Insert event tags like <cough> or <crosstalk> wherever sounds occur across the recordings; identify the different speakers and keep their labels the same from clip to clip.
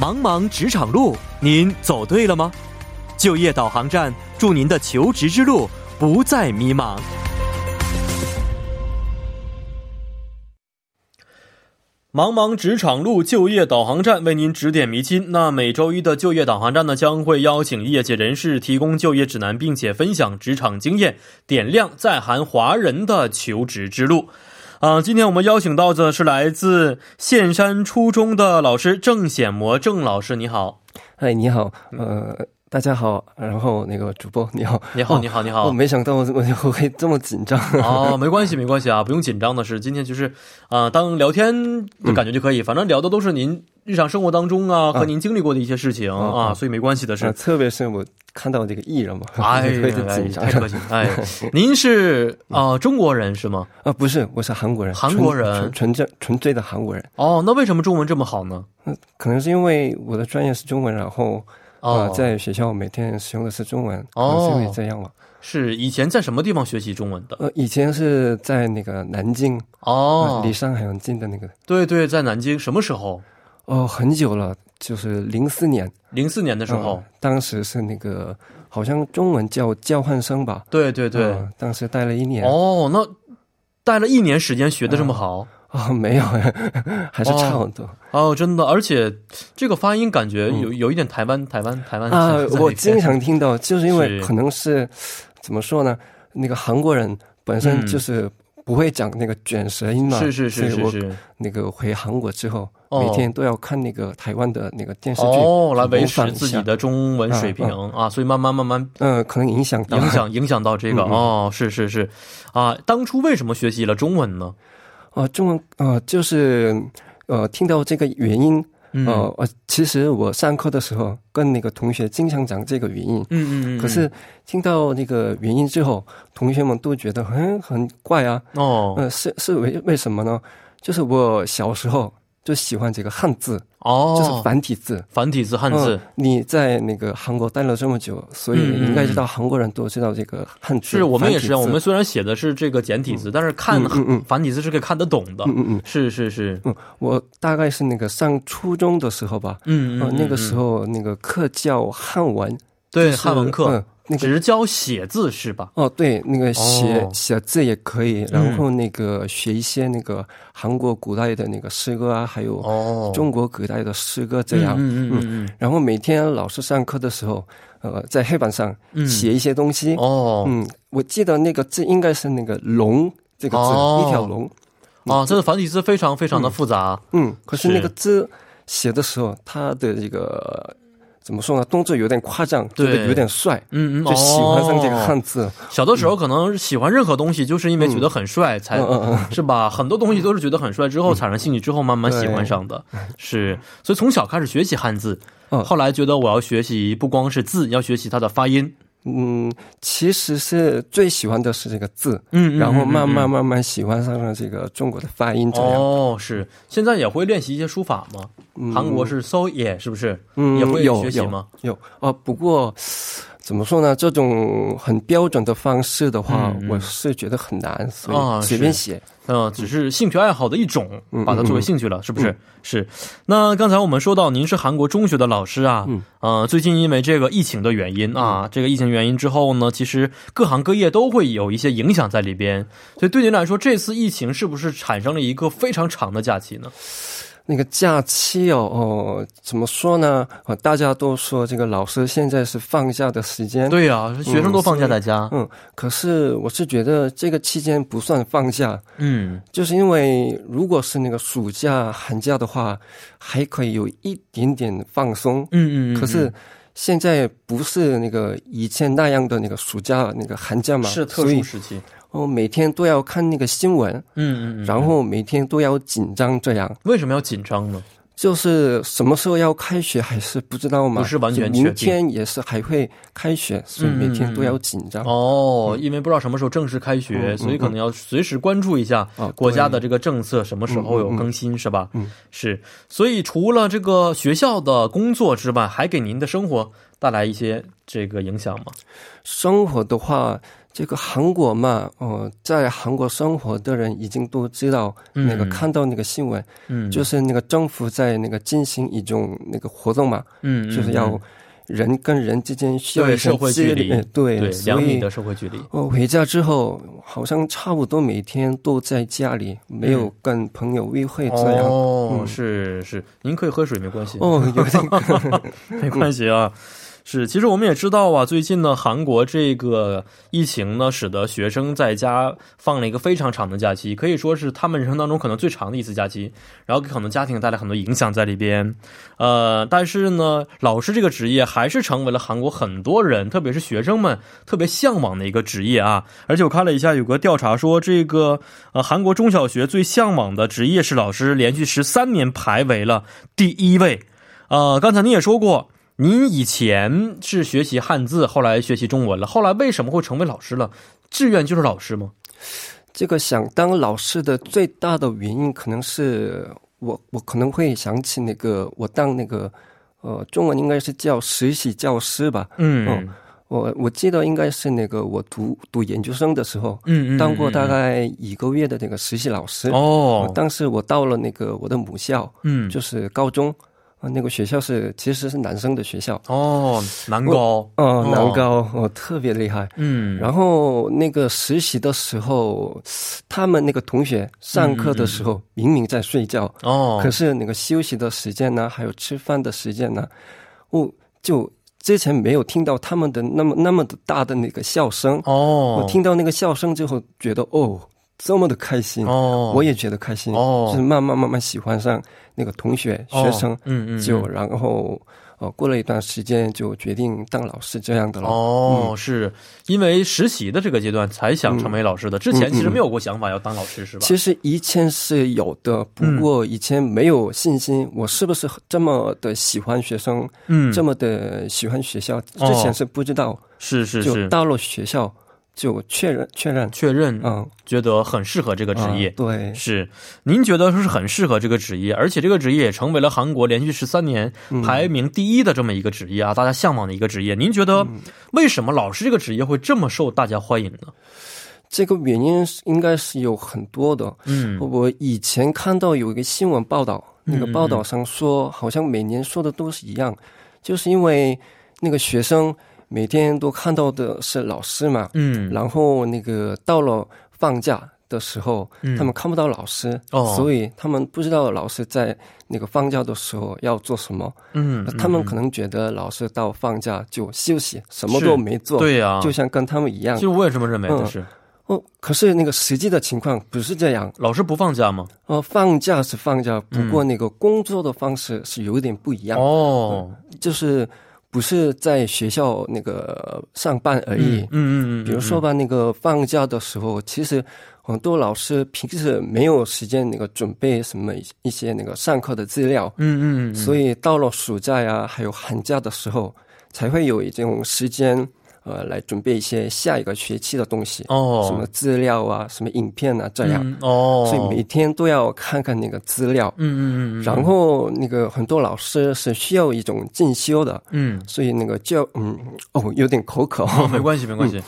Speaker 1: 茫茫职场路，您走对了吗？就业导航站，祝您的求职之路不再迷茫。
Speaker 2: 茫茫职场路就业导航站为您指点迷津。那每周一的就业导航站呢，将会邀请业界人士提供就业指南，并且分享职场经验，点亮在韩华人的求职之路。啊、今天我们邀请到的是来自县山初中的老师郑显模，郑老师，你好，
Speaker 3: 嗨，你好，
Speaker 2: 嗯
Speaker 3: 呃，大家好，然后那个主播你好，
Speaker 2: 你好，
Speaker 3: 哦
Speaker 2: 你好，你
Speaker 3: 我、
Speaker 2: 好。
Speaker 3: 没想到我我就会这么紧张，
Speaker 2: 哦，没关系，没关系
Speaker 3: <laughs>
Speaker 2: 啊，不用紧张的是，今天就是啊、当聊天的感觉就可以，
Speaker 3: 嗯
Speaker 2: 反正聊的都是您日常生活当中啊和您经历过的一些事情啊，所以没关系的是。
Speaker 3: 呃 <laughs> 特别是我看到这个艺人嘛， <laughs>
Speaker 2: 哎
Speaker 3: 就
Speaker 2: 呀
Speaker 3: 会就，紧张
Speaker 2: 太客气！
Speaker 3: <laughs>
Speaker 2: 哎，您是啊、呃中国人是吗？
Speaker 3: 啊，不是，我是韩国人，
Speaker 2: 韩国人
Speaker 3: 纯纯纯正纯粹的韩国人，
Speaker 2: 哦，那为什么中文这么好呢？
Speaker 3: 可能是因为我的专业是中文，然后
Speaker 2: 哦，
Speaker 3: 呃，在学校每天使用的是中文，
Speaker 2: 哦
Speaker 3: 可能是因为这样嘛，
Speaker 2: 是以前在什么地方学习中文的？
Speaker 3: 呃，以前是在那个南京，
Speaker 2: 哦
Speaker 3: 呃，离上海很近的那个，
Speaker 2: 对对，在南京，什么时候？
Speaker 3: 哦，很久了，就是零四年
Speaker 2: 零四年的时候
Speaker 3: 呃，当时是那个好像中文叫交换生吧。
Speaker 2: 对对对，
Speaker 3: 嗯当时待了一年
Speaker 2: 哦，那待了一年时间学的这么好、
Speaker 3: 啊、没有， <laughs> 还是差很多、
Speaker 2: 哦，真的，而且这个发音感觉有有一点台湾台湾台湾
Speaker 3: 啊
Speaker 2: 在里。边
Speaker 3: 我经常听
Speaker 2: <laughs>
Speaker 3: 到，就是因为
Speaker 2: 是
Speaker 3: 可能是怎么说呢？那个韩国人本身就是不会讲那个卷舌音嘛，
Speaker 2: 嗯是是是
Speaker 3: 所以
Speaker 2: 是
Speaker 3: 我
Speaker 2: 是
Speaker 3: 那个回韩国之后、
Speaker 2: 哦
Speaker 3: 每天都要看那个台湾的那个电视剧，
Speaker 2: 哦，来维
Speaker 3: 模仿
Speaker 2: 持
Speaker 3: 一
Speaker 2: 自
Speaker 3: 下
Speaker 2: 己。的中文水平
Speaker 3: 嗯
Speaker 2: 啊，所以慢慢慢慢
Speaker 3: 嗯、可能影响到
Speaker 2: 影响影响到这个
Speaker 3: 嗯嗯
Speaker 2: 哦，是是是，啊，当初为什么学习了中文呢？
Speaker 3: 哦、中文呃，就是呃，听到这个原因，
Speaker 2: 嗯
Speaker 3: 呃，我其实我上课的时候跟那个同学经常讲这个原因，
Speaker 2: 嗯嗯嗯，
Speaker 3: 可是听到那个原因之后，同学们都觉得很很怪啊。
Speaker 2: 哦
Speaker 3: 呃，是是为为什么呢？就是我小时候就喜欢这个汉字，
Speaker 2: 哦，
Speaker 3: 就是繁体字。
Speaker 2: 繁体字汉字
Speaker 3: 嗯，你在那个韩国待了这么久，所以
Speaker 2: 嗯嗯嗯
Speaker 3: 你应该知道韩国人都知道这个汉字。
Speaker 2: 是我们也是啊，
Speaker 3: 繁体
Speaker 2: 我
Speaker 3: 字
Speaker 2: 们虽然写的是这个简体字，但是看
Speaker 3: 嗯嗯嗯
Speaker 2: 繁体字是可以看得懂的
Speaker 3: 嗯。嗯嗯
Speaker 2: 是是是，
Speaker 3: 嗯，我大概是那个上初中的时候吧。
Speaker 2: 嗯
Speaker 3: 呃
Speaker 2: 嗯，
Speaker 3: 那个时
Speaker 2: 候
Speaker 3: 候那个课叫汉文，
Speaker 2: 对
Speaker 3: 就是
Speaker 2: 汉文课
Speaker 3: 嗯，那个
Speaker 2: 只是教写字是吧？
Speaker 3: 哦，对，那个写、
Speaker 2: 哦
Speaker 3: 写字也可以，
Speaker 2: 嗯
Speaker 3: 然后那个学一些那个韩国古代的那个诗歌啊，还有
Speaker 2: 哦，
Speaker 3: 中国古代的诗歌这样。
Speaker 2: 嗯嗯嗯嗯
Speaker 3: 然后每天老师上课的时候，呃，在黑板上
Speaker 2: 嗯
Speaker 3: 写一些东西
Speaker 2: 嗯，。哦
Speaker 3: 嗯，我记得那个字应该是那个“龙”这个字，
Speaker 2: 哦
Speaker 3: 一条龙。
Speaker 2: 啊，这个繁体字非常非常的复杂。啊
Speaker 3: 嗯，可是
Speaker 2: 是
Speaker 3: 那个字写的时候，他的这个怎么说呢？动作有点夸张，
Speaker 2: 对
Speaker 3: 觉得有点帅，
Speaker 2: 嗯嗯，
Speaker 3: 就喜欢上这个
Speaker 2: 哦。
Speaker 3: 汉字。
Speaker 2: 小的时候可能喜欢任何东西，就是因为觉得很帅才
Speaker 3: 嗯嗯嗯。
Speaker 2: 是吧？很多东西都是觉得很帅之后产生兴趣，之后慢慢喜欢上的，是。所以从小开始学习汉字，
Speaker 3: 嗯
Speaker 2: 后来觉得我要学习不光是字，要学习它的发音。
Speaker 3: 嗯，其实是最喜欢的是这个字，
Speaker 2: 嗯
Speaker 3: 然后慢慢
Speaker 2: 慢
Speaker 3: 慢慢喜欢上了这个中国的发音，这样、
Speaker 2: 哦，是。现在也会练习一些书法吗？
Speaker 3: 嗯
Speaker 2: 韩国是 so ye 是不是？
Speaker 3: 嗯
Speaker 2: 也会
Speaker 3: 有
Speaker 2: 学习吗？
Speaker 3: 有啊、不过怎么说呢？这种很标准的方式的话，
Speaker 2: 嗯嗯
Speaker 3: 我是觉得很难，所
Speaker 2: 啊
Speaker 3: 以随便写。
Speaker 2: 嗯、只是兴趣爱好的一种，
Speaker 3: 嗯
Speaker 2: 把它作为兴趣了，是不是、是。那刚才我们说到您是韩国中学的老师啊，
Speaker 3: 嗯
Speaker 2: 呃，最近因为这个疫情的原因啊，这个疫情原因之后呢，其实各行各业都会有一些影响在里边，所以对您来说，这次疫情是不是产生了一个非常长的假期呢？
Speaker 3: 那个假期哦，哦，怎么说呢？啊，大家都说这个老师现在是放假的时间，
Speaker 2: 对啊呀、学生都放假在家，
Speaker 3: 嗯，可是我是觉得这个期间不算放假，
Speaker 2: 嗯，
Speaker 3: 就是因为如果是那个暑假、寒假的话，还可以有一点点放松。
Speaker 2: 嗯嗯嗯，
Speaker 3: 可是现在不是那个以前那样的那个暑假、那个寒假嘛，
Speaker 2: 是特
Speaker 3: 所
Speaker 2: 殊
Speaker 3: 以
Speaker 2: 时期，
Speaker 3: 我每天都要看那个新闻，
Speaker 2: 嗯嗯嗯，
Speaker 3: 然后每天都要紧张，这样
Speaker 2: 为什么要紧张呢？
Speaker 3: 就是什么时候要开学还是不知道嘛，
Speaker 2: 不是完全确
Speaker 3: 就
Speaker 2: 定
Speaker 3: 明天也是还会开学，所以每天都要紧张。
Speaker 2: 哦，因为不知道什么时候正式开学，
Speaker 3: 啊嗯嗯嗯
Speaker 2: 所以可能要随时关注一下
Speaker 3: 哦
Speaker 2: 国家的这个政策什么时
Speaker 3: 嗯
Speaker 2: 候有更新，是吧？嗯，是。所以除了这个学校的工作之外，还给您的生活带来一些这个影响吗？
Speaker 3: 生活的话，这个韩国嘛，哦、在韩国生活的人已经都知道那个、
Speaker 2: 嗯
Speaker 3: 看到那个新闻，
Speaker 2: 嗯，
Speaker 3: 就是那个政府在那个进行一种那个活动嘛，
Speaker 2: 嗯，
Speaker 3: 就是要人跟人之间需要
Speaker 2: 对
Speaker 3: 一些
Speaker 2: 社会
Speaker 3: 接
Speaker 2: 距离
Speaker 3: 呃对，
Speaker 2: 对
Speaker 3: 所
Speaker 2: 两米
Speaker 3: 以
Speaker 2: 的社会距离，
Speaker 3: 我回家之后，好像差不多每天都在家里，没有
Speaker 2: 嗯
Speaker 3: 跟朋友约会这样。
Speaker 2: 哦，
Speaker 3: 嗯
Speaker 2: 是是，您可以喝水没关系，
Speaker 3: 哦，有点
Speaker 2: <laughs> 没关系啊。是，其实我们也知道啊，最近呢，韩国这个疫情呢，使得学生在家放了一个非常长的假期，可以说是他们人生当中可能最长的一次假期，然后给很多家庭带来很多影响在里边。呃，但是呢，老师这个职业还是成为了韩国很多人，特别是学生们特别向往的一个职业啊。而且我看了一下，有个调查说，这个呃，韩国中小学最向往的职业是老师，连续十三年排为了第一位。呃，刚才您也说过，您以前是学习汉字，后来学习中文了，后来为什么会成为老师了？志愿就是老师吗？
Speaker 3: 这个想当老师的最大的原因，可能是我我可能会想起那个我当那个呃中文应该是叫实习教师吧。
Speaker 2: 嗯
Speaker 3: 我我记得应该是那个我读读研究生的时候，
Speaker 2: 嗯
Speaker 3: 当过大概一个月的那个实习老师。
Speaker 2: 哦，
Speaker 3: 当时我到了那个我的母校，
Speaker 2: 嗯
Speaker 3: 就是高中，呃，那个学校是其实是男生的学校，
Speaker 2: 哦，南高，
Speaker 3: 哦，南高，哦，特别厉害。
Speaker 2: 嗯，
Speaker 3: 然后那个实习的时候，他们那个同学上课的时候明明在睡觉，
Speaker 2: 嗯哦
Speaker 3: 可，是那个休息的时间呢，还有吃饭的时间呢，我就之前没有听到他们的那么那么的大的那个笑声。
Speaker 2: 哦，
Speaker 3: 我听到那个笑声之后，觉得哦，这么的开心，
Speaker 2: 哦，
Speaker 3: 我也觉得开心，
Speaker 2: 哦
Speaker 3: 就是慢慢慢慢喜欢上那个同学、学生
Speaker 2: 哦，嗯嗯，
Speaker 3: 就然后呃，过了一段时间就决定当老师这样的了。嗯
Speaker 2: 哦，是因为实习的这个阶段才想成为老师的，之前其实没有过想法要当老师，是吧？
Speaker 3: 嗯其实以前是有的，不过以前没有信心，我是不是这么的喜欢学生，
Speaker 2: 嗯，
Speaker 3: 这么的喜欢学校，之前是不知道，
Speaker 2: 是是，
Speaker 3: 就是到了学校就确认确认，
Speaker 2: 确认
Speaker 3: 嗯，
Speaker 2: 觉得很适合这个职业
Speaker 3: 啊，对，
Speaker 2: 是，您觉得说是很适合这个职业，而且这个职业也成为了韩国连续十三年
Speaker 3: 嗯
Speaker 2: 排名第一的这么一个职业啊，大家向往的一个职业。您觉得
Speaker 3: 嗯
Speaker 2: 为什么老师这个职业会这么受大家欢迎呢？
Speaker 3: 这个原因是应该是有很多的。
Speaker 2: 嗯，
Speaker 3: 我以前看到有一个新闻报道，那个
Speaker 2: 嗯嗯
Speaker 3: 报道上说，好像每年说的都是一样，就是因为那个学生每天都看到的是老师嘛，
Speaker 2: 嗯，
Speaker 3: 然后那个到了放假的时候，他们看不到老师，
Speaker 2: 嗯哦
Speaker 3: 所以他们不知道老师在那个放假的时候要做什么，
Speaker 2: 嗯，
Speaker 3: 他们可能觉得老师到放假就休息，什么都没做，
Speaker 2: 对啊呀、
Speaker 3: 就像跟他们一样
Speaker 2: 其。实我也这么认为的
Speaker 3: 嗯
Speaker 2: 是，
Speaker 3: 哦，可是那个实际的情况不是这样。
Speaker 2: 老师不放假吗？
Speaker 3: 呃，放假是放假，不过那个工作的方式是有一点不一样，
Speaker 2: 哦，
Speaker 3: 就是不是在学校那个上班而已。
Speaker 2: 嗯嗯嗯，
Speaker 3: 比如说吧，那个放假的时候，其实很多老师平时没有时间那个准备什么一些那个上课的资料，
Speaker 2: 嗯，嗯嗯嗯，
Speaker 3: 所以到了暑假呀，还有寒假的时候，才会有一种时间。呃，来准备一些下一个学期的东西，
Speaker 2: 哦
Speaker 3: 什么资料啊，什么影片啊，这样，
Speaker 2: 嗯哦，
Speaker 3: 所以每天都要看看那个资料。
Speaker 2: 嗯嗯嗯嗯，
Speaker 3: 然后那个很多老师是需要一种进修的，
Speaker 2: 嗯，
Speaker 3: 所以那个教嗯哦有点口渴，
Speaker 2: 哦，没关系没关系，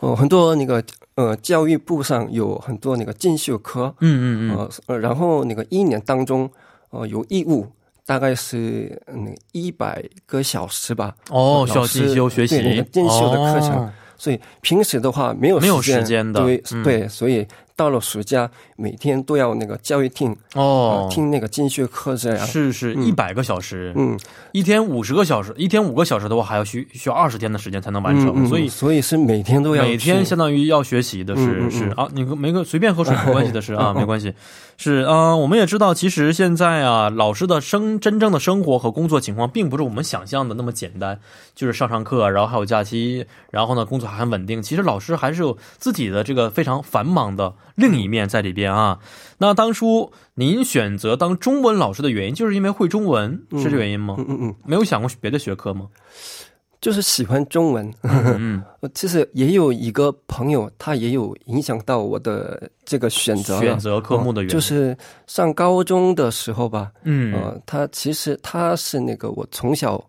Speaker 3: 哦很多那个呃教育部上有很多那个进修科，
Speaker 2: 嗯嗯嗯，
Speaker 3: 呃呃然后那个一年当中呃有义务大概是嗯一百个小时吧，
Speaker 2: 哦，需要
Speaker 3: 嗯老师
Speaker 2: 进修学习，
Speaker 3: 对那个进修的课程
Speaker 2: 哦
Speaker 3: 所以平时的话没有
Speaker 2: 没有时间的
Speaker 3: 对、
Speaker 2: 嗯
Speaker 3: 对，所以到了暑假每天都要那个教育厅、
Speaker 2: 哦
Speaker 3: 呃，听那个进修课这样，
Speaker 2: 是是，一百个小时，
Speaker 3: 啊嗯，
Speaker 2: 一天五十个小时，一天五个小时的话，还要需需要二十天的时间才能完成，
Speaker 3: 嗯嗯
Speaker 2: 所以
Speaker 3: 所以是每天都要
Speaker 2: 每天
Speaker 3: 去
Speaker 2: 相当于要学习的是、
Speaker 3: 嗯嗯嗯
Speaker 2: 是啊，你没个随便
Speaker 3: <laughs>
Speaker 2: 喝水没关系的是啊，没关系，是啊、我们也知道，其实现在啊，老师的生真正的生活和工作情况，并不是我们想象的那么简单，就是上上课，啊然后还有假期，然后呢工作还很稳定。其实老师还是有自己的这个非常繁忙的另一面在里边啊。那当初您选择当中文老师的原因，就是因为会中文，是这原因吗？
Speaker 3: 嗯嗯嗯，
Speaker 2: 没有想过别的学科吗？
Speaker 3: 就是喜欢中文。
Speaker 2: 嗯，
Speaker 3: 呃 <laughs> 其实也有一个朋友，他也有影响到我的这个选择了哦
Speaker 2: 选择科目的原因
Speaker 3: 就是上高中的时候吧，
Speaker 2: 嗯，
Speaker 3: 呃，他其实他是那个我从小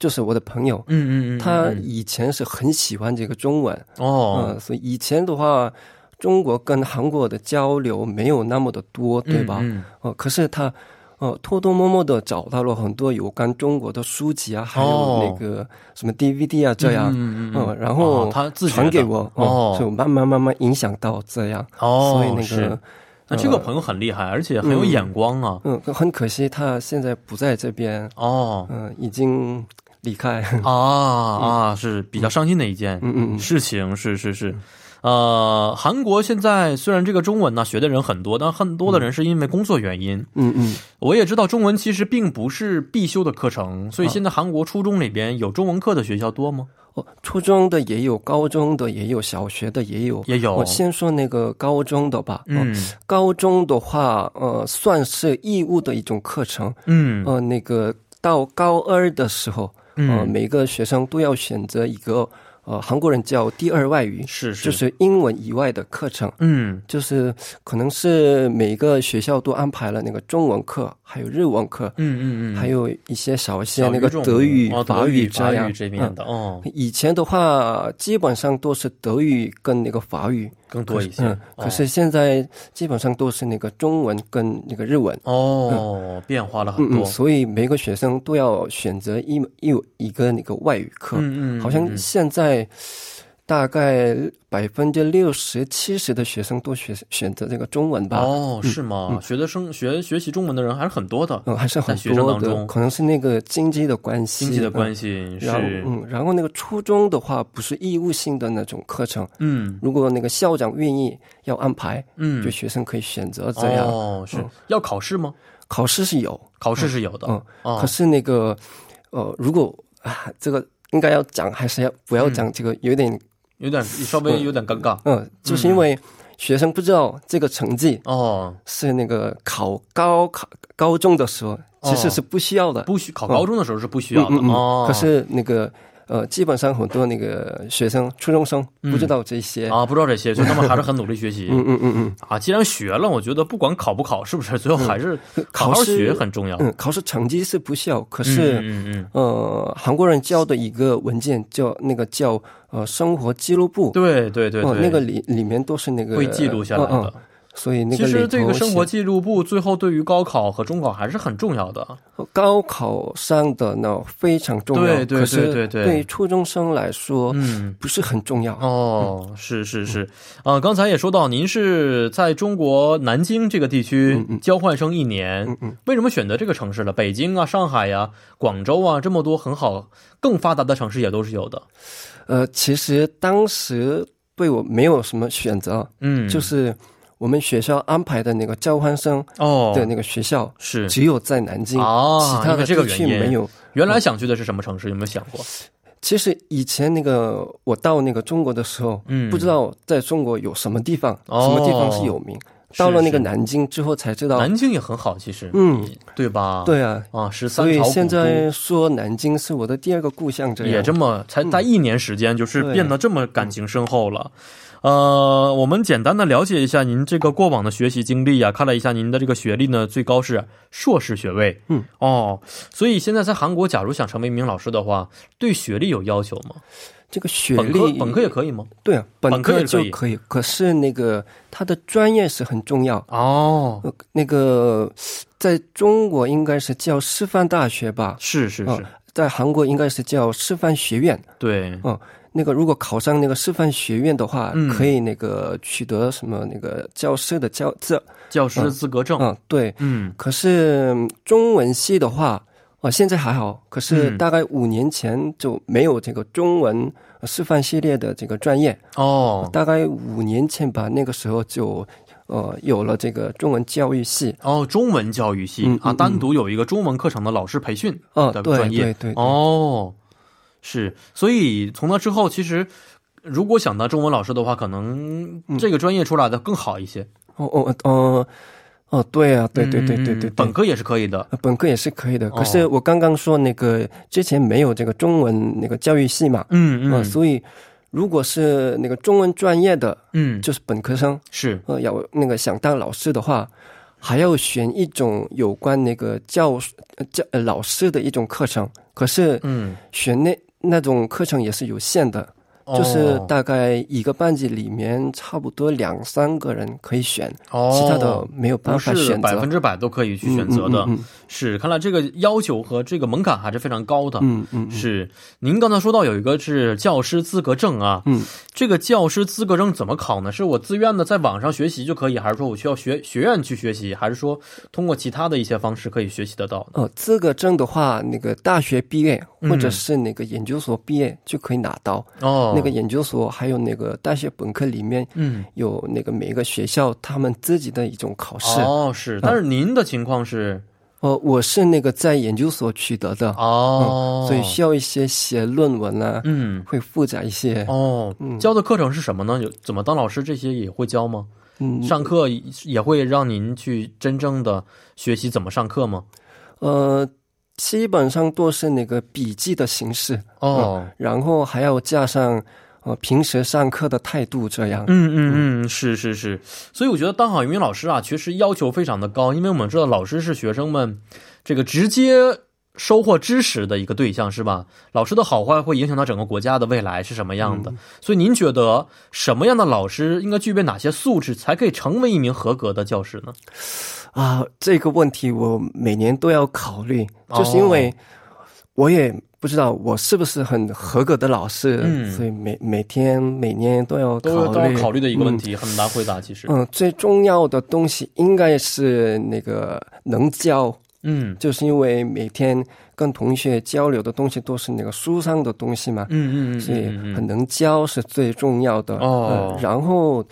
Speaker 3: 就是我的朋友，
Speaker 2: 嗯嗯嗯，
Speaker 3: 他以前是很喜欢这个中文，
Speaker 2: 哦，
Speaker 3: 嗯，所以以前的话，中国跟韩国的交流没有那么的多，对吧？
Speaker 2: 嗯
Speaker 3: 呃，可是他呃偷偷摸摸的找到了很多有关中国的书籍啊，还有
Speaker 2: 哦
Speaker 3: 那个什么 DVD 啊这样，
Speaker 2: 嗯嗯嗯
Speaker 3: 呃然后、
Speaker 2: 哦他自觉的
Speaker 3: 传给我，
Speaker 2: 哦
Speaker 3: 就慢慢慢慢影响到这样，
Speaker 2: 哦，
Speaker 3: 所以那
Speaker 2: 是
Speaker 3: 个。呃
Speaker 2: 那这个朋友很厉害，而且很有眼光啊。
Speaker 3: 嗯，很可惜他现在不在这边，
Speaker 2: 哦
Speaker 3: 嗯、已经离开。 <laughs>
Speaker 2: 啊啊，是比较伤心的一件
Speaker 3: 嗯嗯嗯
Speaker 2: 事情，是是是。呃，韩国现在虽然这个中文呢学的人很多，但很多的人是因为工作原因。
Speaker 3: 嗯嗯，
Speaker 2: 我也知道中文其实并不是必修的课程，所以
Speaker 3: 啊
Speaker 2: 现在韩国初中里边有中文课的学校多吗？
Speaker 3: 哦，初中的也有，高中的也有，小学的也有。
Speaker 2: 也有
Speaker 3: 我。先说那个高中的吧。哦
Speaker 2: 嗯
Speaker 3: 高中的话，呃，算是义务的一种课程。
Speaker 2: 嗯
Speaker 3: 呃，那个到高二的时候，呃，
Speaker 2: 嗯，
Speaker 3: 每个学生都要选择一个呃，韩国人叫第二外语，
Speaker 2: 是是，
Speaker 3: 就是英文以外的课程。
Speaker 2: 嗯
Speaker 3: 就是可能是每个学校都安排了那个中文课，还有日文课，
Speaker 2: 嗯嗯嗯，
Speaker 3: 还有一些少一些
Speaker 2: 小
Speaker 3: 那个
Speaker 2: 语种
Speaker 3: 德语、
Speaker 2: 哦
Speaker 3: 法
Speaker 2: 德语、
Speaker 3: 这
Speaker 2: 法
Speaker 3: 样
Speaker 2: 语。这边
Speaker 3: 嗯，
Speaker 2: 的哦，
Speaker 3: 以前的话基本上都是德语跟那个法语，
Speaker 2: 更多一些。
Speaker 3: 嗯，
Speaker 2: 哦
Speaker 3: 可是现在基本上都是那个中文跟那个日文。
Speaker 2: 哦，变化了很
Speaker 3: 嗯
Speaker 2: 多
Speaker 3: 嗯，。所以每个学生都要选择一一一个那个外语课，
Speaker 2: 嗯嗯，
Speaker 3: 好像现在大概百分之六十七十的学生都选选择这个中文吧。
Speaker 2: 哦，是吗？学的生学学习中文的人还是很多的，
Speaker 3: 嗯嗯，还是很
Speaker 2: 在学生
Speaker 3: 多
Speaker 2: 当
Speaker 3: 的，
Speaker 2: 中
Speaker 3: 可能是那个经济的关系，
Speaker 2: 经济的关
Speaker 3: 系。
Speaker 2: 系
Speaker 3: 嗯然后，
Speaker 2: 是，
Speaker 3: 嗯，然后那个初中的话不是义务性的那种课程，
Speaker 2: 嗯
Speaker 3: 如果那个校长愿意要安排，
Speaker 2: 嗯
Speaker 3: 就，学生可以选择这样。
Speaker 2: 哦，是要考试吗？
Speaker 3: 考试是有，
Speaker 2: 考试是有的，
Speaker 3: 嗯，
Speaker 2: 哦
Speaker 3: 可是那个，呃，如果啊，这个应该要讲，还是要不要
Speaker 2: 嗯
Speaker 3: 讲？这个有点，
Speaker 2: 有点稍微有点尴尬。
Speaker 3: 嗯、就是因为学生不知道这个成绩
Speaker 2: 哦，
Speaker 3: 是那个考高考高中的时候其
Speaker 2: 哦
Speaker 3: 实是不需要的，
Speaker 2: 不需考高中的时候是不需要的
Speaker 3: 嗯嗯嗯
Speaker 2: 哦。
Speaker 3: 可是那个呃，基本上很多那个学生、初中生不知道这些。
Speaker 2: 啊，不知道这些，所以他们还是很努力学习
Speaker 3: 嗯嗯嗯嗯
Speaker 2: 啊。既然学了，我觉得不管考不考，是不是 <laughs> 最后还是好
Speaker 3: 嗯考
Speaker 2: 好
Speaker 3: 试
Speaker 2: 学很重要。
Speaker 3: 嗯，考试成绩是不需要，可
Speaker 2: 嗯
Speaker 3: 是、
Speaker 2: 嗯嗯，
Speaker 3: 呃，韩国人教的一个文件叫那个叫呃生活记录簿，
Speaker 2: 对对对
Speaker 3: 哦，
Speaker 2: 对，
Speaker 3: 那个里里面都是那个
Speaker 2: 会记录下来
Speaker 3: 嗯
Speaker 2: 的
Speaker 3: 嗯。所以那
Speaker 2: 其
Speaker 3: 个
Speaker 2: 实这
Speaker 3: 里
Speaker 2: 个
Speaker 3: 头
Speaker 2: 生活
Speaker 3: 写
Speaker 2: 记录簿最后对于高考和中考还是很重要的。
Speaker 3: 高考上的呢非常重要，
Speaker 2: 对对
Speaker 3: 可是
Speaker 2: 对对对
Speaker 3: 对于初中生来说、
Speaker 2: 嗯，
Speaker 3: 不是很重要。
Speaker 2: 哦，是是是，啊、刚才也说到，您是在中国南京这个地
Speaker 3: 嗯
Speaker 2: 区交换生一年，为什么选择这个城市了？北京啊、上海呀、广州啊，这么多很好、更发达的城市也都是有的。
Speaker 3: 呃，其实当时对我没有什么选择，
Speaker 2: 嗯，
Speaker 3: 就是我们学校安排的那个交换生
Speaker 2: 哦，
Speaker 3: 的那个学校，
Speaker 2: 是
Speaker 3: 只有在南京，
Speaker 2: 啊，
Speaker 3: 其
Speaker 2: 因
Speaker 3: 他
Speaker 2: 为
Speaker 3: 的
Speaker 2: 这个
Speaker 3: 地
Speaker 2: 原
Speaker 3: 区
Speaker 2: 因
Speaker 3: 没。有。
Speaker 2: 原来想去的是什么城市？有没有想过？
Speaker 3: 其实以前那个我到那个中国的时候，
Speaker 2: 嗯
Speaker 3: 不知道在中国有什么地方，
Speaker 2: 哦
Speaker 3: 什么地方是有名。
Speaker 2: 是
Speaker 3: 到了那个
Speaker 2: 是
Speaker 3: 南京之后才知道，
Speaker 2: 南京也很好，其实，
Speaker 3: 嗯，
Speaker 2: 对吧？
Speaker 3: 对啊，
Speaker 2: 啊，十三
Speaker 3: 所以
Speaker 2: 朝古
Speaker 3: 现
Speaker 2: 都
Speaker 3: 在说南京是我的第二个故乡，这样
Speaker 2: 也这么才待一年时间，就是
Speaker 3: 啊嗯对
Speaker 2: 变得这么感情深厚了。呃，我们简单的了解一下您这个过往的学习经历啊，看了一下您的这个学历呢，最高是硕士学位。
Speaker 3: 嗯，
Speaker 2: 哦，所以现在在韩国，假如想成为一名老师的话，对学历有要求吗？
Speaker 3: 这个学
Speaker 2: 本科
Speaker 3: 历，
Speaker 2: 本科也可以吗？
Speaker 3: 对啊，
Speaker 2: 本科也
Speaker 3: 就
Speaker 2: 可以
Speaker 3: 可以，可是那个他的专业是很重要。
Speaker 2: 哦，
Speaker 3: 呃那个在中国应该是叫师范大学吧，
Speaker 2: 是是是，
Speaker 3: 嗯在韩国应该是叫师范学院。
Speaker 2: 对，
Speaker 3: 那个如果考上那个师范学院的话，
Speaker 2: 嗯
Speaker 3: 可以那个取得什么那个教师的教证。
Speaker 2: 教师资格证。
Speaker 3: 嗯，对。
Speaker 2: 嗯，
Speaker 3: 可是嗯中文系的话，啊、现在还好，可是
Speaker 2: 嗯
Speaker 3: 大概五年前就没有这个中文呃师范系列的这个专业，
Speaker 2: 哦，
Speaker 3: 大概五年前吧，那个时候就呃有了这个中文教育系。
Speaker 2: 哦，中文教育系、
Speaker 3: 嗯
Speaker 2: 啊，
Speaker 3: 嗯
Speaker 2: 单独有一个中文课程的老师培训
Speaker 3: 哦
Speaker 2: 的
Speaker 3: 对
Speaker 2: 专业。
Speaker 3: 对对对
Speaker 2: 哦，是，所以从那之后，其实如果想当中文老师的话，可能这个专业出来的更好一些。
Speaker 3: 哦哦哦哦，对啊，对对对对对对，
Speaker 2: 嗯本科也是可以的。
Speaker 3: 呃本科也是可以的。
Speaker 2: 哦
Speaker 3: 可是我刚刚说那个之前没有这个中文那个教育系嘛，
Speaker 2: 嗯
Speaker 3: 呃
Speaker 2: 嗯
Speaker 3: 所以如果是那个中文专业的，
Speaker 2: 嗯，
Speaker 3: 就是本科生，
Speaker 2: 是
Speaker 3: 呃，要那个想当老师的话，还要选一种有关那个教呃教呃老师的一种课程，可是
Speaker 2: 嗯，
Speaker 3: 选那那种课程也是有限的，就是
Speaker 2: 哦
Speaker 3: 大概一个班级里面差不多两三个人可以选，
Speaker 2: 哦
Speaker 3: 其他的没有办
Speaker 2: 不
Speaker 3: 法
Speaker 2: 是
Speaker 3: 选
Speaker 2: 百
Speaker 3: 择
Speaker 2: 分。之百都可以去选择的，啊
Speaker 3: 嗯嗯嗯
Speaker 2: 是看来这个要求和这个门槛还是非常高的。
Speaker 3: 嗯嗯，嗯
Speaker 2: 是，您刚才说到有一个是教师资格证啊，
Speaker 3: 嗯，
Speaker 2: 这个教师资格证怎么考呢？是我自愿的在网上学习就可以，还是说我需要学学院去学习，还是说通过其他的一些方式可以学习得到呢？
Speaker 3: 哦，资格证的话，那个大学毕业
Speaker 2: 嗯
Speaker 3: 或者是那个研究所毕业就可以拿到。
Speaker 2: 哦，
Speaker 3: 那个，研究所还有那个大学本科里面
Speaker 2: 嗯，
Speaker 3: 有那个每一个学校他们自己的一种考试。
Speaker 2: 哦，是，
Speaker 3: 嗯
Speaker 2: 但是您的情况是，
Speaker 3: 哦，我是那个在研究所取得的，
Speaker 2: 哦，
Speaker 3: 嗯所以需要一些写论文啊，
Speaker 2: 嗯，
Speaker 3: 会复杂一些。
Speaker 2: 哦，
Speaker 3: 嗯
Speaker 2: 教的课程是什么呢？有怎么当老师这些也会教吗？
Speaker 3: 嗯，
Speaker 2: 上课也会让您去真正的学习怎么上课吗？
Speaker 3: 呃，基本上都是那个笔记的形式，
Speaker 2: 哦，
Speaker 3: 然后还要加上呃平时上课的态度，这样。
Speaker 2: 嗯嗯嗯，是是是，所以我觉得当好英语老师啊，其实要求非常的高，因为我们知道老师是学生们这个直接收获知识的一个对象，是吧？老师的好坏会影响到整个国家的未来是什么样的。
Speaker 3: 嗯
Speaker 2: 所以您觉得什么样的老师应该具备哪些素质，才可以成为一名合格的教师呢？
Speaker 3: 啊，这个问题我每年都要考虑，
Speaker 2: 哦
Speaker 3: 就是因为我也不知道我是不是很合格的老师，
Speaker 2: 嗯
Speaker 3: 所以每每天每年都要
Speaker 2: 都
Speaker 3: 考
Speaker 2: 都要
Speaker 3: 虑
Speaker 2: 考虑的一个问题，很难回答。其实，
Speaker 3: 嗯。嗯，最重要的东西应该是那个能教，
Speaker 2: 嗯
Speaker 3: 就是因为每天跟同学交流的东西都是那个书上的东西嘛，
Speaker 2: 嗯嗯嗯
Speaker 3: 所以
Speaker 2: 嗯
Speaker 3: 很
Speaker 2: 嗯，
Speaker 3: 能教是最重要的。
Speaker 2: 哦
Speaker 3: 嗯然后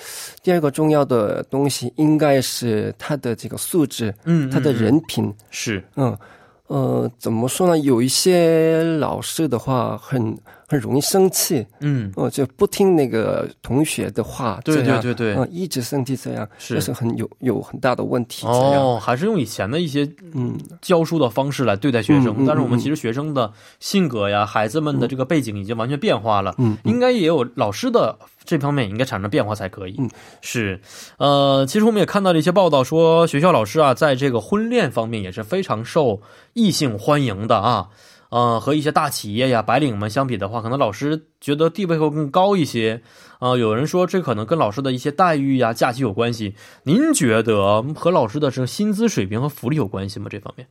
Speaker 3: 第二个重要的东西应该是他的这个素质，
Speaker 2: 嗯
Speaker 3: 他的人品。
Speaker 2: 是
Speaker 3: 嗯，呃，怎么说呢？有一些老师的话很很容易生气，
Speaker 2: 嗯，
Speaker 3: 哦、就不听那个同学的话，
Speaker 2: 对
Speaker 3: 这
Speaker 2: 对
Speaker 3: 样，
Speaker 2: 对对
Speaker 3: 嗯、，一直生气这样，
Speaker 2: 是
Speaker 3: 这是很有有很大的问题。这样，
Speaker 2: 哦，还是用以前的一些
Speaker 3: 嗯，
Speaker 2: 教书的方式来对待学生，
Speaker 3: 嗯嗯
Speaker 2: 但是我们
Speaker 3: 嗯
Speaker 2: 其实学生的性格呀、孩子们的这个背景已经完全变化了，
Speaker 3: 嗯
Speaker 2: 应该也有老师的这方面应该产生变化才可以。
Speaker 3: 嗯
Speaker 2: 是，呃，其实我们也看到了一些报道说，学校老师啊，在这个婚恋方面也是非常受异性欢迎的啊。呃，和一些大企业呀、白领们相比的话，可能老师觉得地位会更高一些。啊、有人说这可能跟老师的一些待遇呀、假期有关系。您觉得和老师的这个薪资水平和福利有关系吗？这方面？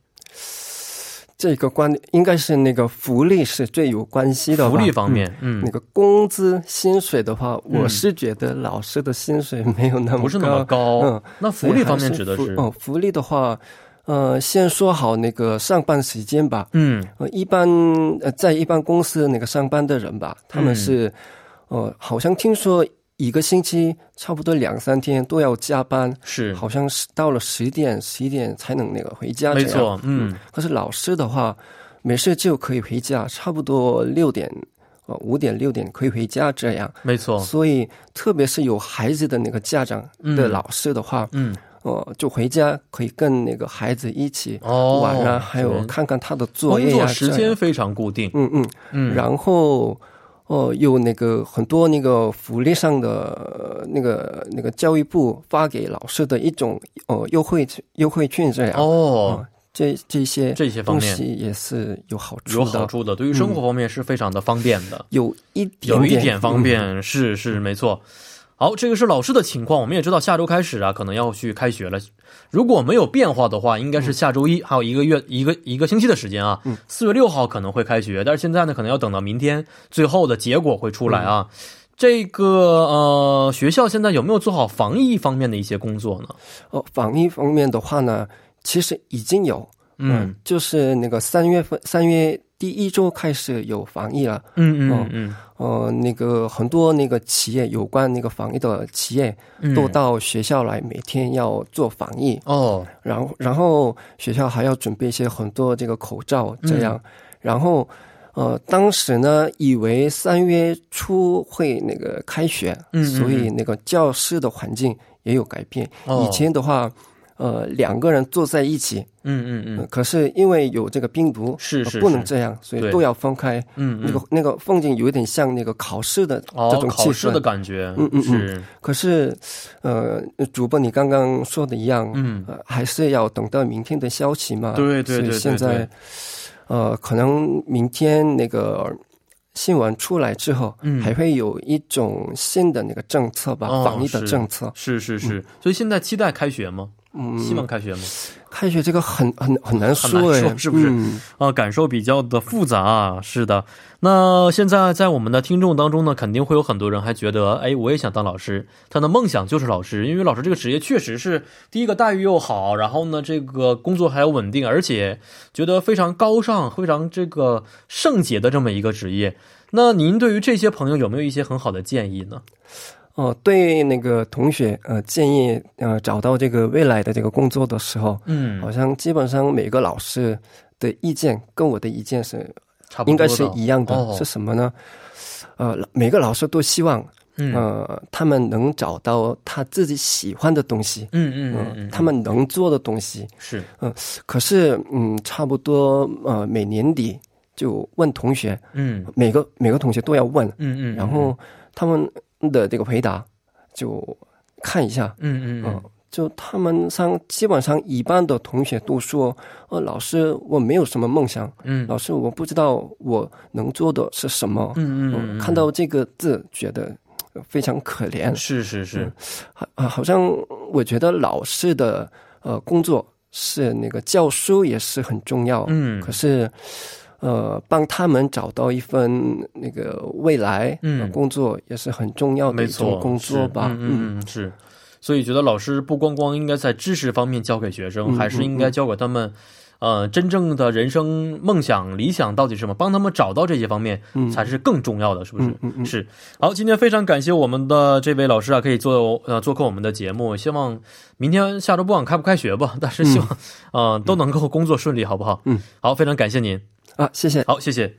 Speaker 3: 这个关应该是那个福利是最有关系的吧。
Speaker 2: 福利方
Speaker 3: 嗯
Speaker 2: 面，嗯
Speaker 3: 那，个工资薪水的话，
Speaker 2: 嗯
Speaker 3: 我是觉得老师的薪水没有那么
Speaker 2: 不是那么
Speaker 3: 高。
Speaker 2: 高。
Speaker 3: 嗯
Speaker 2: 那福利方面指的
Speaker 3: 所以还
Speaker 2: 是
Speaker 3: 福，哦，福利的话，呃，先说好那个上班时间吧。
Speaker 2: 嗯
Speaker 3: 呃，一般呃，在一般公司那个上班的人吧，他们
Speaker 2: 嗯
Speaker 3: 是，呃，好像听说一个星期差不多两三天都要加班，
Speaker 2: 是，
Speaker 3: 好像是到了十点十一点才能那个回家。
Speaker 2: 没错，，嗯，
Speaker 3: 可是老师的话，没事就可以回家，差不多六点。呃，五点六点可以回家，这样，
Speaker 2: 没错，
Speaker 3: 所以特别是有孩子的那个家长的
Speaker 2: 嗯
Speaker 3: 老师的话，
Speaker 2: 嗯，
Speaker 3: 呃，就回家可以跟那个孩子一起
Speaker 2: 哦，
Speaker 3: 玩啊，还有
Speaker 2: 是
Speaker 3: 看看他的作
Speaker 2: 工
Speaker 3: 业呀、
Speaker 2: 作
Speaker 3: 啊，
Speaker 2: 时
Speaker 3: 这
Speaker 2: 间
Speaker 3: 样，
Speaker 2: 非常固定，
Speaker 3: 嗯嗯，
Speaker 2: 嗯，
Speaker 3: 然后哦，有那个很多那个福利上的呃那个那个教育部发给老师的一种呃优惠优惠券这样，
Speaker 2: 哦
Speaker 3: 嗯，这这些
Speaker 2: 这些方
Speaker 3: 东
Speaker 2: 面
Speaker 3: 西也是有好处
Speaker 2: 有
Speaker 3: 的，嗯
Speaker 2: 好处的，对于生活方面是非常的方便的。
Speaker 3: 有一点
Speaker 2: 有一点方
Speaker 3: 嗯
Speaker 2: 便，是是没错。好，这个是老师的情况，我们也知道下周开始啊，可能要去开学了。如果没有变化的话，应
Speaker 3: 嗯
Speaker 2: 该是下周一，还有一个月、一个一个星期的时间啊。四月六号可能会开学，但是现在呢，可能要等到明天最后的结果会出来
Speaker 3: 嗯
Speaker 2: 啊。这个呃，学校现在有没有做好防疫方面的一些工作呢？
Speaker 3: 哦，防疫方面的话呢，其实已经有，
Speaker 2: 嗯，
Speaker 3: 就是那个三月份三月第一周开始有防疫了，
Speaker 2: 嗯嗯嗯
Speaker 3: 呃，那个很多那个企业有关那个防疫的企业
Speaker 2: 嗯，
Speaker 3: 都到学校来，每天要做防疫，
Speaker 2: 哦，
Speaker 3: 然后然后学校还要准备一些很多这个口罩这样，
Speaker 2: 嗯
Speaker 3: 然后。呃，当时呢，以为三月初会那个开学，
Speaker 2: 嗯嗯嗯
Speaker 3: 所以那个教室的环境也有改变。
Speaker 2: 哦
Speaker 3: 以前的话，呃两个人坐在一起，
Speaker 2: 嗯嗯
Speaker 3: 呃
Speaker 2: 嗯，
Speaker 3: 可是因为有这个病毒，
Speaker 2: 是是
Speaker 3: 呃不能
Speaker 2: 是
Speaker 3: 这样，所
Speaker 2: 对
Speaker 3: 以都要分开。
Speaker 2: 嗯
Speaker 3: 那
Speaker 2: 嗯，
Speaker 3: 个那个风景有一点像那个考试的这
Speaker 2: 哦，
Speaker 3: 种气
Speaker 2: 考试
Speaker 3: 氛。
Speaker 2: 的感觉，
Speaker 3: 嗯嗯嗯
Speaker 2: 是，
Speaker 3: 可是，呃，主播你刚刚说的一样，
Speaker 2: 嗯
Speaker 3: 呃，还是要等到明天的消息嘛。
Speaker 2: 对对
Speaker 3: 所以
Speaker 2: 对对
Speaker 3: 现在
Speaker 2: 对，
Speaker 3: 呃，可能明天那个新闻出来之后，
Speaker 2: 嗯
Speaker 3: 还会有一种新的那个政策吧，
Speaker 2: 哦
Speaker 3: 防疫的
Speaker 2: 是
Speaker 3: 政策。
Speaker 2: 是是是，所以现在期待开学吗？
Speaker 3: 嗯，
Speaker 2: 希望开学吗？
Speaker 3: 开学这个很很很难
Speaker 2: 很难
Speaker 3: 说哎，
Speaker 2: 说是不是
Speaker 3: 嗯
Speaker 2: 啊，感受比较的复杂啊。是的，那现在在我们的听众当中呢，肯定会有很多人还觉得，哎，我也想当老师，他的梦想就是老师，因为老师这个职业确实是第一个待遇又好，然后呢，这个工作还要稳定，而且觉得非常高尚、非常这个圣洁的这么一个职业。那您对于这些朋友有没有一些很好的建议呢？
Speaker 3: 哦、对那个同学，呃，建议呃找到这个未来的这个工作的时候，
Speaker 2: 嗯
Speaker 3: 好像基本上每个老师的意见跟我的意见是
Speaker 2: 差不
Speaker 3: 应
Speaker 2: 多
Speaker 3: 该
Speaker 2: 的
Speaker 3: 是一样的，
Speaker 2: 哦
Speaker 3: 是什么呢？呃，每个老师都希望，
Speaker 2: 嗯嗯
Speaker 3: 呃，他们能找到他自己喜欢的东西，
Speaker 2: 嗯嗯
Speaker 3: 嗯、
Speaker 2: 嗯，
Speaker 3: 他们能做的东西。
Speaker 2: 是
Speaker 3: 可是，嗯，差不多，呃，每年底就问同学，
Speaker 2: 嗯
Speaker 3: 每个每个同学都要问，
Speaker 2: 嗯嗯，
Speaker 3: 然后他们的这个回答就看一下，
Speaker 2: 嗯嗯嗯
Speaker 3: 嗯，就他们上基本上一般的同学都说，呃，老师我没有什么梦想，
Speaker 2: 嗯
Speaker 3: 老师我不知道我能做的是什么，
Speaker 2: 嗯嗯嗯，
Speaker 3: 哦看到这个字觉得呃非常可怜，
Speaker 2: 是是是，
Speaker 3: 好啊，好像我觉得老师的呃工作是那个教书也是很重要，
Speaker 2: 嗯
Speaker 3: 可是。呃，帮他们找到一份那个未来
Speaker 2: 嗯
Speaker 3: 呃工作也是很重要的
Speaker 2: 没
Speaker 3: 一
Speaker 2: 错，
Speaker 3: 种工作
Speaker 2: 是
Speaker 3: 吧。
Speaker 2: 嗯嗯嗯，是。所以觉得老师不光光应该在知识方面教给学生，
Speaker 3: 嗯
Speaker 2: 还是应该教给他们，呃，真正的人生梦想、理想到底是什么，帮他们找到这些方面
Speaker 3: 嗯
Speaker 2: 才是更重要的，是不是
Speaker 3: 嗯嗯？嗯
Speaker 2: 是。好，今天非常感谢我们的这位老师啊，可以做呃做客我们的节目，希望明天下周不管开不开学吧，但是希望呃都能够工作顺利，好不好？
Speaker 3: 嗯，
Speaker 2: 好，非常感谢您。
Speaker 3: 啊，谢谢。
Speaker 2: 好，谢谢。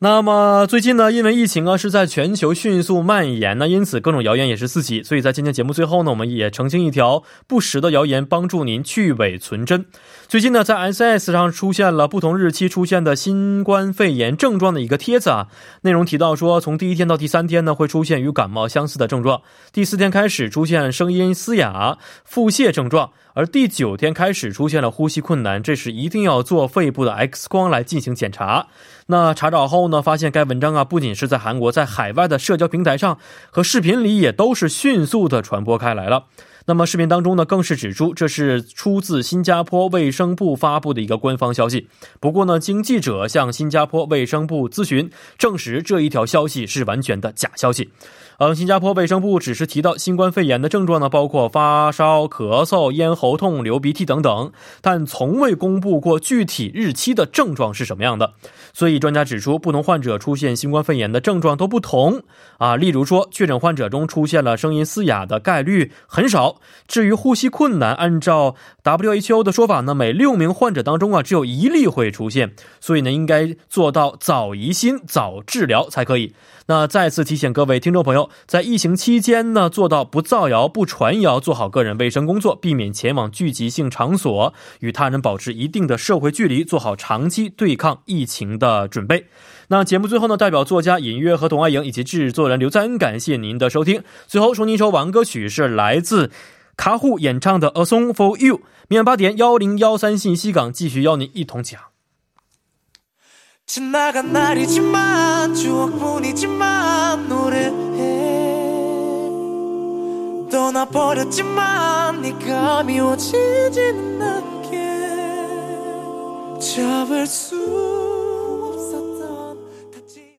Speaker 2: 那么最近呢，因为疫情啊是在全球迅速蔓延，那因此各种谣言也是四起。所以在今天节目最后呢，我们也澄清一条不实的谣言，帮助您去伪存真。最近呢，在 S S 上出现了不同日期出现的新冠肺炎症状的一个帖子啊，内容提到说，从第一天到第三天呢，会出现与感冒相似的症状；第四天开始出现声音嘶哑、腹泻症状，而第九天开始出现了呼吸困难，这时一定要做肺部的 X 光来进行检查。那查找后呢，发现该文章啊，不仅是在韩国，在海外的社交平台上和视频里也都是迅速的传播开来了。那么视频当中呢，更是指出这是出自新加坡卫生部发布的一个官方消息。不过呢，经记者向新加坡卫生部咨询，证实这一条消息是完全的假消息。呃，新加坡卫生部只是提到新冠肺炎的症状呢，包括发烧、咳嗽、咽喉痛、流鼻涕等等，但从未公布过具体日期的症状是什么样的。所以专家指出，不同患者出现新冠肺炎的症状都不同啊。例如说，确诊患者中出现了声音嘶哑的概率很少。至于呼吸困难，按照 WHO 的说法呢，每六名患者当中啊，只有一例会出现。所以呢，应该做到早疑心、早治疗才可以。那再次提醒各位听众朋友，在疫情期间呢，做到不造谣、不传谣，做好个人卫生工作，避免前往聚集性场所，与他人保持一定的社会距离，做好长期对抗疫情的准备。那节目最后呢，代表作家尹月和董爱莹以及制作人刘在恩，感谢您的收听。最后送您一首晚安歌曲，是来自卡户演唱的《A Song for You》。明晚八点幺零幺三信息港继续邀您一同讲。
Speaker 4: 지나간 날이지만 추억뿐이지만 노래해 떠나버렸지만 네가 미워지지는 않게 잡을 수